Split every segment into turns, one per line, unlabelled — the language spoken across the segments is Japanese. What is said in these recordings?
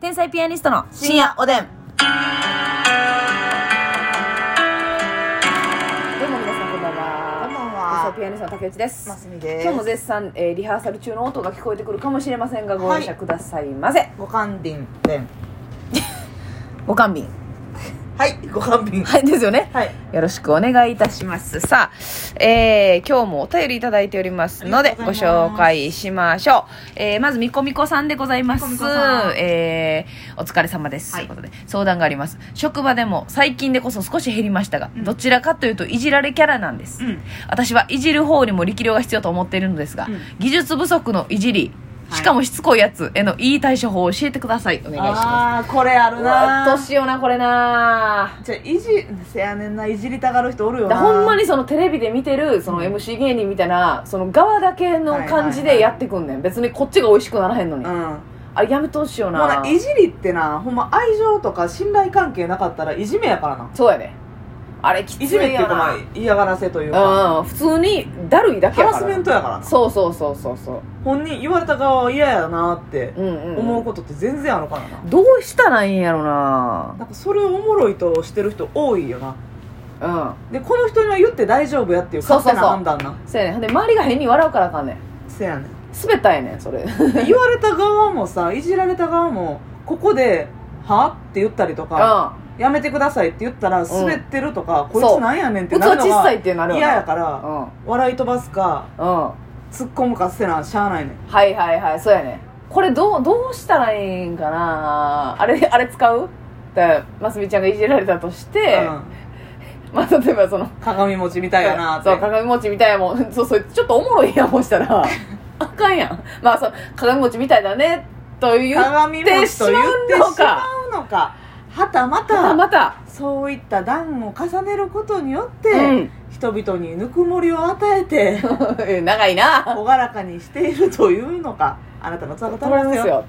天才ピアニストの
深夜おでん
どうも皆さんこんばんは
こんばん
天
は
才ピアニストの竹内です
ますみです
今日も絶賛、えーリハーサル中の音が聞こえてくるかもしれませんがご容赦くださいませ、
ご勘弁でん
ご勘弁
はいご勘弁
はいですよね
はい
よろしくお願いいたしますさあ、えー今日もお便りいただいておりますので
ありが
ご
とうございます
紹介しましょう、えーまずみこみこさんでございます
みこみこさん
えーお疲れ様です、
はい
ということで相談があります職場でも最近でこそ少し減りましたが、
うん
どちらかというといじられキャラなんです、
ん
私はいじる方にも力量が必要と思っているのですが、
うん
技術不足のいじり
はい
しかもしつこいやつへのいい対処法を教えてくださいお願いしま
ああーこれあ
す
る
うわ
な
年よなこれな
じゃあいじせやねんないじりたがる人おるよ
だ
な
ほんまにそのテレビで見てるその
うん
MC 芸人みたいなその側だけの感じ
はいはいは
で
い
やってくんねん別にこっちが美味しくならへんの
う
に
んも
あれやめてほしいよ
う
な
な、いじりってなほんま愛情とか信頼関係なかったらいじめやからな
そうやねあれきつ
い
い
じめっていう
よ
かまあ
な
嫌がらせというか
うん普通にだるいだけ
ハ
やから
ラスメントやからな
そうそうそうそうそう
本人言われた側は嫌やなって
うんうん、うん、
思うことって全然あるからな
どうしたらいいんやろな
なんかそれをおもろいとしてる人多いよな
うん
でこの人には言って大丈夫やっていう勝手な
そうそうそう
判断な
そうやねんほんで周りが変に笑うからあかんねん
せやねん
滑ったんやねんそれ
で言われた側もさいじられた側もここで「は?」って言ったりとか
う
「やめてください」って言ったら滑ってるとか、こい
そ
つ
う
なんやねんって
ん器
なるの
小さい
が
ってなるよな
嫌やから、
うん
笑い飛ばすか
うん
突っ込むかせなしゃあないねん
はいはいはいそうやねこれどうどうしたらいいんかなあれあれ使うだますみちゃんがいじられたとして、まあ例えばその
鏡餅みたいやなって
そう鏡餅みたいやもん そうそうちょっとおもろいやんもんした らあかんやんまあそう鏡餅みたいだねと言っ
鏡餅と言ってし
言ってしまうのか
まうのかはたま
た
た
また、
そういった段を重ねることによって、
うん、
人々にぬくもりを与えて
長いな
朗らかにしているというのかあなたのつらか
止まり
たん
ま
ですすよ
よって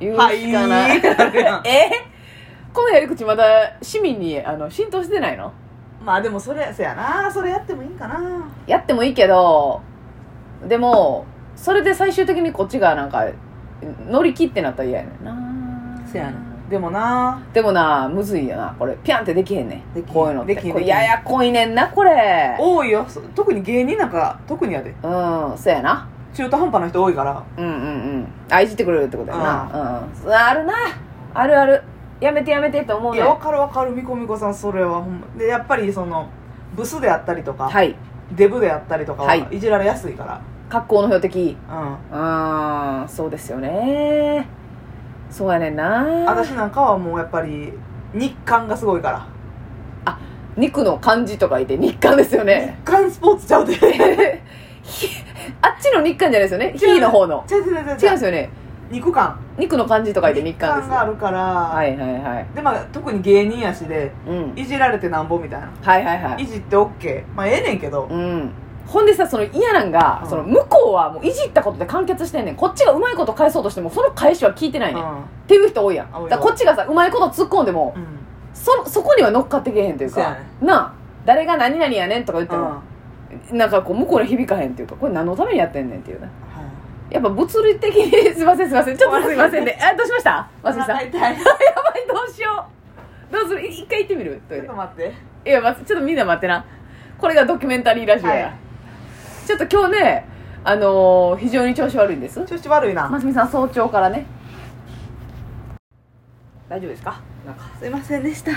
言うし
はい
かない
い
えこのやり口まだ市民にあの浸透してないの
まあでもそれそやなそれやってもいいんかな
やってもいいけどでもそれで最終的にこっちがなんか乗り切ってなったら嫌やねんな
せやなでもな
でもなむずいよなこれピャンってできへんね
で
ん
き
こういうのって
できへん
これ
できへん
ややこいねんなこれ
多いよそ特に芸人なんか特にやで
うんそうやな
中途半端な人多いから
うんうんうん愛してくれるってことやなうんあるなあるあるやめてやめてって思う
い
ねん
やわかるわかるみこみこさんそれはほんまでやっぱりそのブスであったりとか、
はい
デブであったりとかは
はい
いじられやすいか
格好の標的
ら、うん
うんそうですよねそうやねんな
私なんかはもうやっぱり日韓がすごいから
肉の漢字とかいて日韓ですよね
日韓スポーツちゃうで違う違う
ひあっちの日韓じゃないですよね。
違う
ひの方の。
違う
違うん
違
で
う
すよね。
肉感
肉の漢字と書いて日
日
韓で
韓
す、
があるから、
はいはいはい。
でまあ特に芸人やしで
うん。
いじられてなんぼみたいな
はいはいはいい。
じって OK まあええねんけど、
うん。ほんでさ、その嫌なんが、
うん
その向こうはもういじったことで完結してんねん。こっちがうまいこと返そうとしても、その返しは聞いてないねん。っていう人多いやん。だ
多いよ
からこっちがさ、うまいこと突っ込んでも
う、ん
そ、そこには乗っかってけへんという
そうや
か、なあ、誰が何々やねんとか言って
うん
も、なんかこう向こうに響かへんっていうか、これ何のためにやってんねんっていうね。やっぱ物理的に、すいませんすいません、ちょっとすいませんね。あ、どうしました
は
マスミさん。
い痛い
やばいどうしようどうするい一回行ってみるト
ち
イ
ょっ
レ
と待って
いや、ま、ちょっとみんな待ってなこれがドキュメンタリーラジオや、
はい
ちょっと今日ねあのー非常に調子悪いんです
調子悪いな
ますみさん早朝からね大丈夫ですかなんか
すいませんでした
収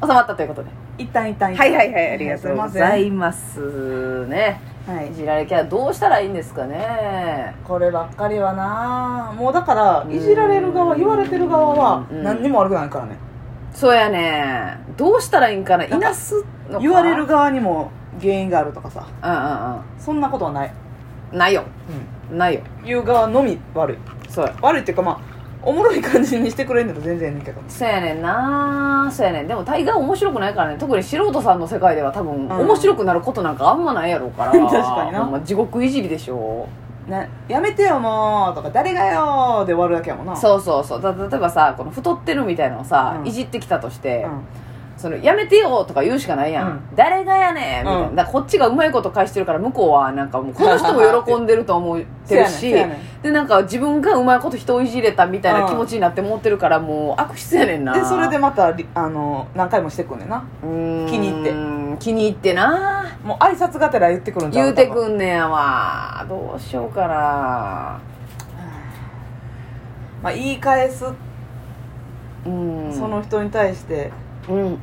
まったということで
一旦一旦一旦
はいはいはいありがとうござ
すい
いますね
ませんはいい
じられキャラどうしたらいいんですかね
こればっかりはなもうだから
うん
いじられる側言われてる側は
うん
何にも悪くないからね
そうやねどうしたらいいんかないなすのか
言われる側にも原因があるとかさ
うんうん
そんなことはない、
うんないよないよ
言う側のみ悪い
そうや
悪いっていうかまあおもろい感じにしてくれんだと全然いいけど
そうやねんなそうやねんでも大概面白くないからね特に素人さんの世界では多分、
ん
面白くなることなんかあんまないやろうから
確かにな
ほんま地獄いじりでしょ
なやめてよもうとか誰がよで終わるだけやもんなう、
そうそうそうだ例えばさこの太ってるみたいなのをさ、
うん
いじってきたとして、
ん、
そのやめてよとか言うしかないやん、
う
誰がやねんみたいな、
うん
だからこっちがうまいこと返してるから向こうはなんかもうこの人も喜んでると思ってる
せ
し、
やねんせやね
でなんか自分がうまいこと人をいじれたみたいな気持ちになって思ってるからもう悪質やねんな
でそれでまたりあの何回もしてくんねんな
うーん
気に入って
気に入ってな
もう挨拶がてら言ってくるんちゃ
言
う
うて
多分
くんねやわどうしようかな
まあ、言い返す、
うん
その人に対して
うん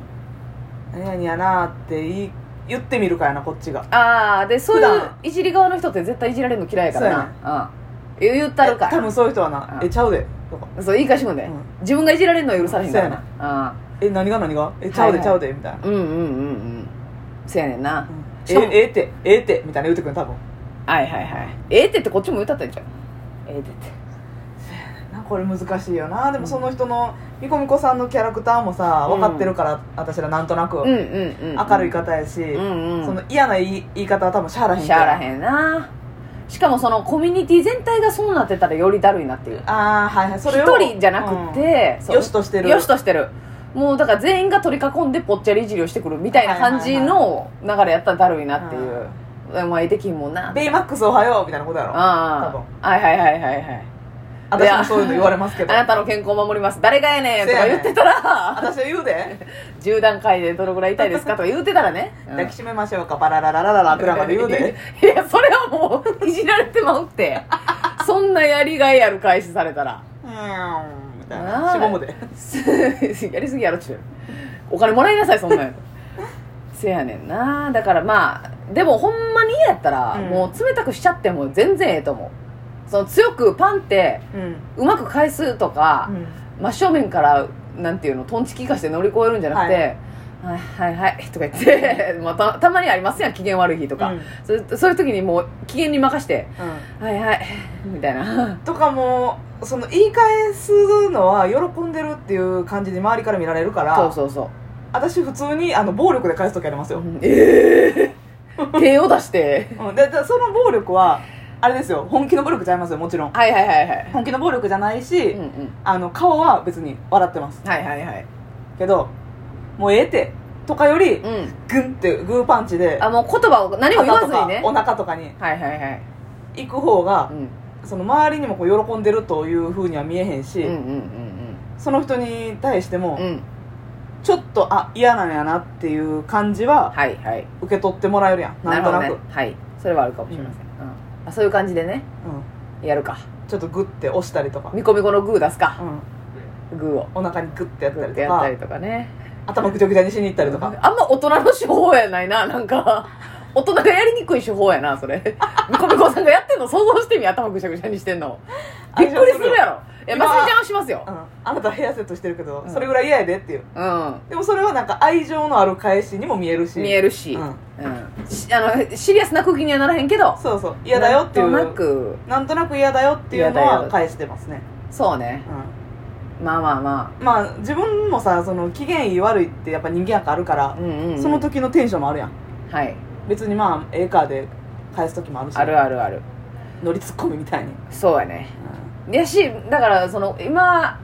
「何々やな」って言い言ってみるかやなこっちが
ああでそうい
普
う
段
いじり側の人って絶対いじられるの嫌いやからなうん言う言ったるか
え多
ら
分そういう人はな「
うん
えちゃうで」とか
そう言い返してくんね
うん
自分がいじられるのは許されへんからな
「え何が何がえちゃう
はい
で、
はい
ちゃうで」みたいな
うんうんうんうんうんせやねんな
「
し
え
かも
ええってええって」みたいな言うてくる多分
はいはいはいええってってこっちも言ったったんじゃんええってって
なこれ難しいよなでもその人のみこみこさんのキャラクターもさ分かってるから、私らなんとなく
うん
明
うんうん
るい方やし、
うんうん
その嫌な言い言い方は多分しゃあらへん
しゃあら
ん
へんなしかもそのコミュニティ全体がそうなってたらよりだるいなっていう
ああはいはいそれを
一人じゃなく
うん
て、そう
よしとしてる
よしとしてるもうだから全員が取り囲んでぽっちゃりいじりをしてくるみたいな感じの流れやったらだるいなっていう、お前できんもんな
ベイマックスおはようみたいなことやろ
あ
多
あはいはいはいはいはいい
私
や
もそういうの言われますけ
あ
ど
なたの健康を守ります誰がやねんとか
せやね
言
ん
ってたら
私は言うで
10段階でどのぐらい痛いですかとか言ってたらね、うん
抱きしめましょうかバララララララくらいまで言うで
いやそれはもういじられてまうってそんなやりがいある開始されたら
うーんみたい
あー
なしぼむで
やりすぎやろっちゅうお金もらいなさいそん なんやつせやねんなだからまあでもほんまに嫌やったら、
うん
もう冷たくしちゃっても全然ええと思うその強くパンって
う
う
ん
まく返すとか、真正面からなんていうのトンチキ化して乗り越えるんじゃなくて、はいはいはいとか言って、 まあ、たたまにありますやん機嫌悪い日と
と
か、そそういう時にもう機嫌に任して「はいはい」みたいな
とかもうその言い返すのは喜んでるっていう感じに周りから見られるから
そうそうそう
私普通にあの暴力で返す時ありますよ、うん
ええ ー、手を出して
ででその暴力はあれですよ本気の暴力ちゃいますよもちろん
はいはいはいはい
本気の暴力じゃないし、
うんうん
あの顔は別に笑ってます
はいはいはい
けどもうええってとかより
うん
グンってグーパンチで
あもう言葉を何も言わずにね
肩とかお腹とかに
はいはいはい、
行く方が
う、ん、
その周りにもこう喜んでるというふうには見えへんし、
うんうん
その人に対して
う
も、
んうんうん
ちょっとあ嫌なんやなっていう感じは
はいはい
受け取ってもらえるやんなんとなく
るほどねはいそれはあるかもしれません、うんあそういう感じでね
う
やるか
ん、ちょっとグッて押したりとか、
みこみこのグー出すか
うん、
グーを
お腹にグッてやっ
グ
たり
ーっ
と
てやっ
か
たりとかね
頭ぐちゃぐちゃにしに行ったりと
あん
か、
ま大人の手法やないななんか大人がやりにくい手法やな それみこみこさんがやってんの想像してみ頭ぐちゃぐちゃにしてんの
あ
びっくりするやろいや
今
まさみちゃんはしますよ
うん、あなたヘアセットしてるけど、
うん
それぐらい嫌やでっていう
うん
でもそれはなんか愛情のある返しにも見えるし
見えるし、
う
うんんしあのシリアスな空気にはならへんけど
そうそう嫌だよっていう
な
なん
となく
んとなく嫌だよっていうの
嫌だ
は
よ
返してますね、
そうねまあまあま
うん、まあ自分もさその機嫌いい悪いってやっぱ人間やからあるか
あ、
ら
う、んうんうん
その時のテンションもあるやん
はい
別にまあええかで返す時もあるし
あるあるある
乗りツッコミみたいに、
そうやねやしだからその今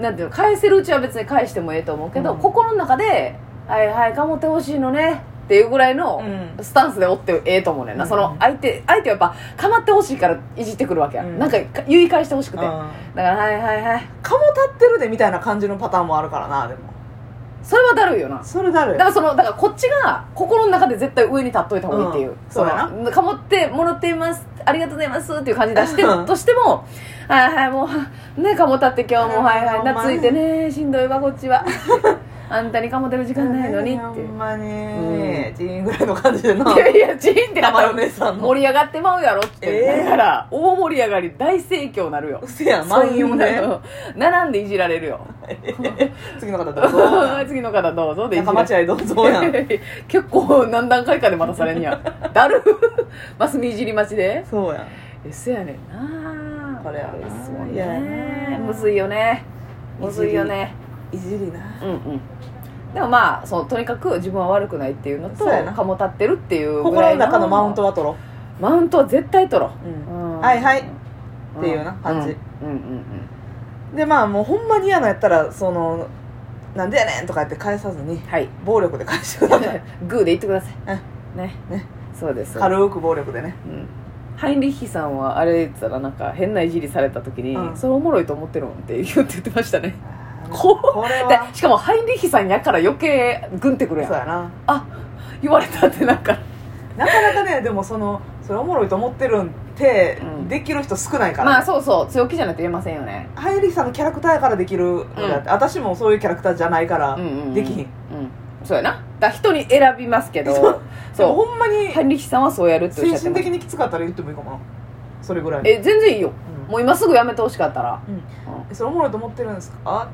なんていうの返せるうちは別に返してもええと思うけど、
うん
心の中で「はいはい頑張ってほしいのね」っていうぐらいの
うん
スタンスでおってええと思うねんな、
うん
その相手相手はやっぱ構ってほしいからいじってくるわけや、
うん
なんか言い返してほしくて、だか
あ
ら「はいはいはい
ーかも立ってるでみたいな感じのパターンもあるからなでも」
それはだるいよな
それだる
だからそのだからこっちが心の中で絶対上に立っといた方がいいっていう、
うん
その
そうや
かもってもらっていますありがとうございますっていう感じ出して
うん
としてもはいはいもうねかもたって今日もはいはい
ほんま
懐いてねしんどいわこっち はあんたにかもてる時間ないのにって
ほ
い
ん
う
まに、
う
ジーンぐらいの感じでない
やいやチーンってなっ
生
た
よ
ら
姉さんの
盛り上がってまうやろって、
えー
だから大盛り上がり大盛況なるよ
うせや満員
そ
も
んな
ね
の並んでいじられるよ
次の方どうぞ
次の方どうぞ でいじら
仲
れ
間違いどうぞやん
結構何段階かで待たされんやんだるマスミいじり待ちで
そうやん
えそやねんな
これはな
ですもん
いやな
ねむずいよねむずいよね
いじりな
うんうんでもまあそうとにかく自分は悪くないっていうのと
そうやな
かもたってるっていうぐら
心
い
の中のマウントは取ろ
マウントは絶対取ろ
う、
う、
んはいはいっていうな感じ
うんうん
でまあもうほんまに嫌なんやったらそのなんでやねんとか言って返さずに
はい
暴力で返してください
グーで言ってくださいね
ね
そうです そうです
軽く暴力でね
うんハインリッヒさんはあれ言ってたらなんか変ないじりされた時に、
うん
それおもろいと思ってるんって言うって言ってましたねこ
これ
で
は
しかもハインリッヒさんやから余計グンってくる
そ
や
うんやな
言われたってなんか
なかなかねでもそのそれおもろいと思ってるんって、
うん
できる人少ないから、
まあそうそう強気じゃないと言えませんよね
ハイリーさんのキャラクターやからできるのであって、私もそういうキャラクターじゃないから、
うんうんうん
できひ
う
ん
んそうやなだから人に選びますけど
そうでも
そ
ほんまに
うハインリッヒさんはそうやるっておっしゃ
精
って
神
ます
的にきつかったら言ってもいいかもなそれぐらい、
え全然いいよ
うん
もう今すぐやめてほしかったら
それおもろいと思ってるんですかあ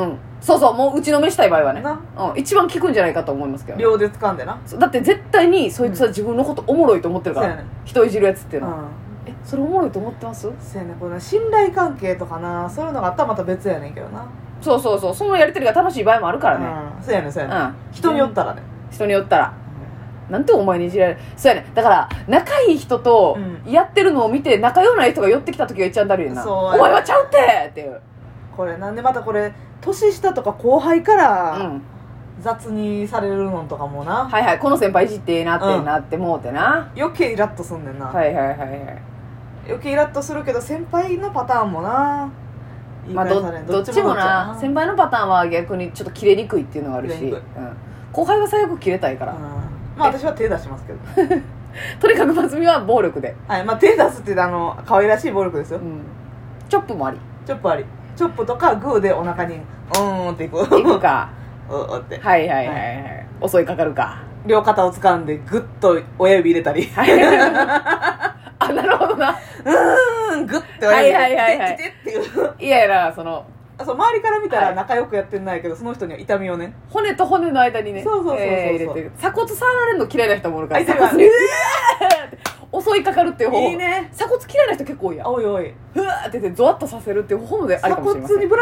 うんそうそうもう打ちのめしたい場合はね
な
うん、一番効くんじゃないかと思いますけどね
秒で掴んでな
そうだって絶対にそいつは自分のことおもろいと思ってる
そ
か
う
ら、
やね
人いじるやつっていう
う
のは、
ん
えそれおもろいと思ってます
そうやねこれな信頼関係とかなそういうのがあったらまた別やねんけどな
そうそうそうそのやりとりが楽しい場合もあるからね
うんそうやねんそう
う
や
ん、
ねん、人によったらね、
人によったらなんてお前にいじられるそうやねだから仲いい人と
う
やってるのを見て仲良ない人が寄ってきた時が一番だるいな、
そう
お
やね
前はちゃうってっていう、
これなんでまたこれ年下とか後輩か
う
ら
ん、
雑にされるのとかもな、
はいはいこの先輩いじってええなってええなってもうてな、
余計イラッとすんねんな、
はいはいはいはい
余計イラッとするけど先輩のパターンもな
まあ、ど
言い返されん
どっちもな
どっち
先輩のパターンは逆にちょっと切れにくいっていうのがあるし、
切れ
う
にく
ん
い、
後輩は最悪切れたいから、
うんまあ私は手出しますけど
とにかく松見は暴力で、
はいまあ手出すってあの可愛らしい暴力です
う
よ
ん、チョップもあり
チョップありチョップとかグーでお腹にうーんっていくう
行くか
ーんって
はいはいはいはい襲いかかるか
両肩を掴んでグッと親指入れたり
はい あなるほどな
うーんグッて親指
は
入
い
れ
はいはいはい
てきてっていう
いやいやその
そう周りから見た
は
ら
い
仲良くやってないけどその人には痛みをね
骨と骨の間にね
そうそうそうそうそう
えー入れてる鎖骨触られるの嫌いな人もおるか
あ
ら
いつ
鎖
ら
骨にう わーって襲いかかるっていう方法
いいね
鎖骨嫌いな人結構多いやん
おいおいう
わーって言ってゾワッとさせるっていう方法もであ
鎖
りかもしれ
骨
ません
にぶら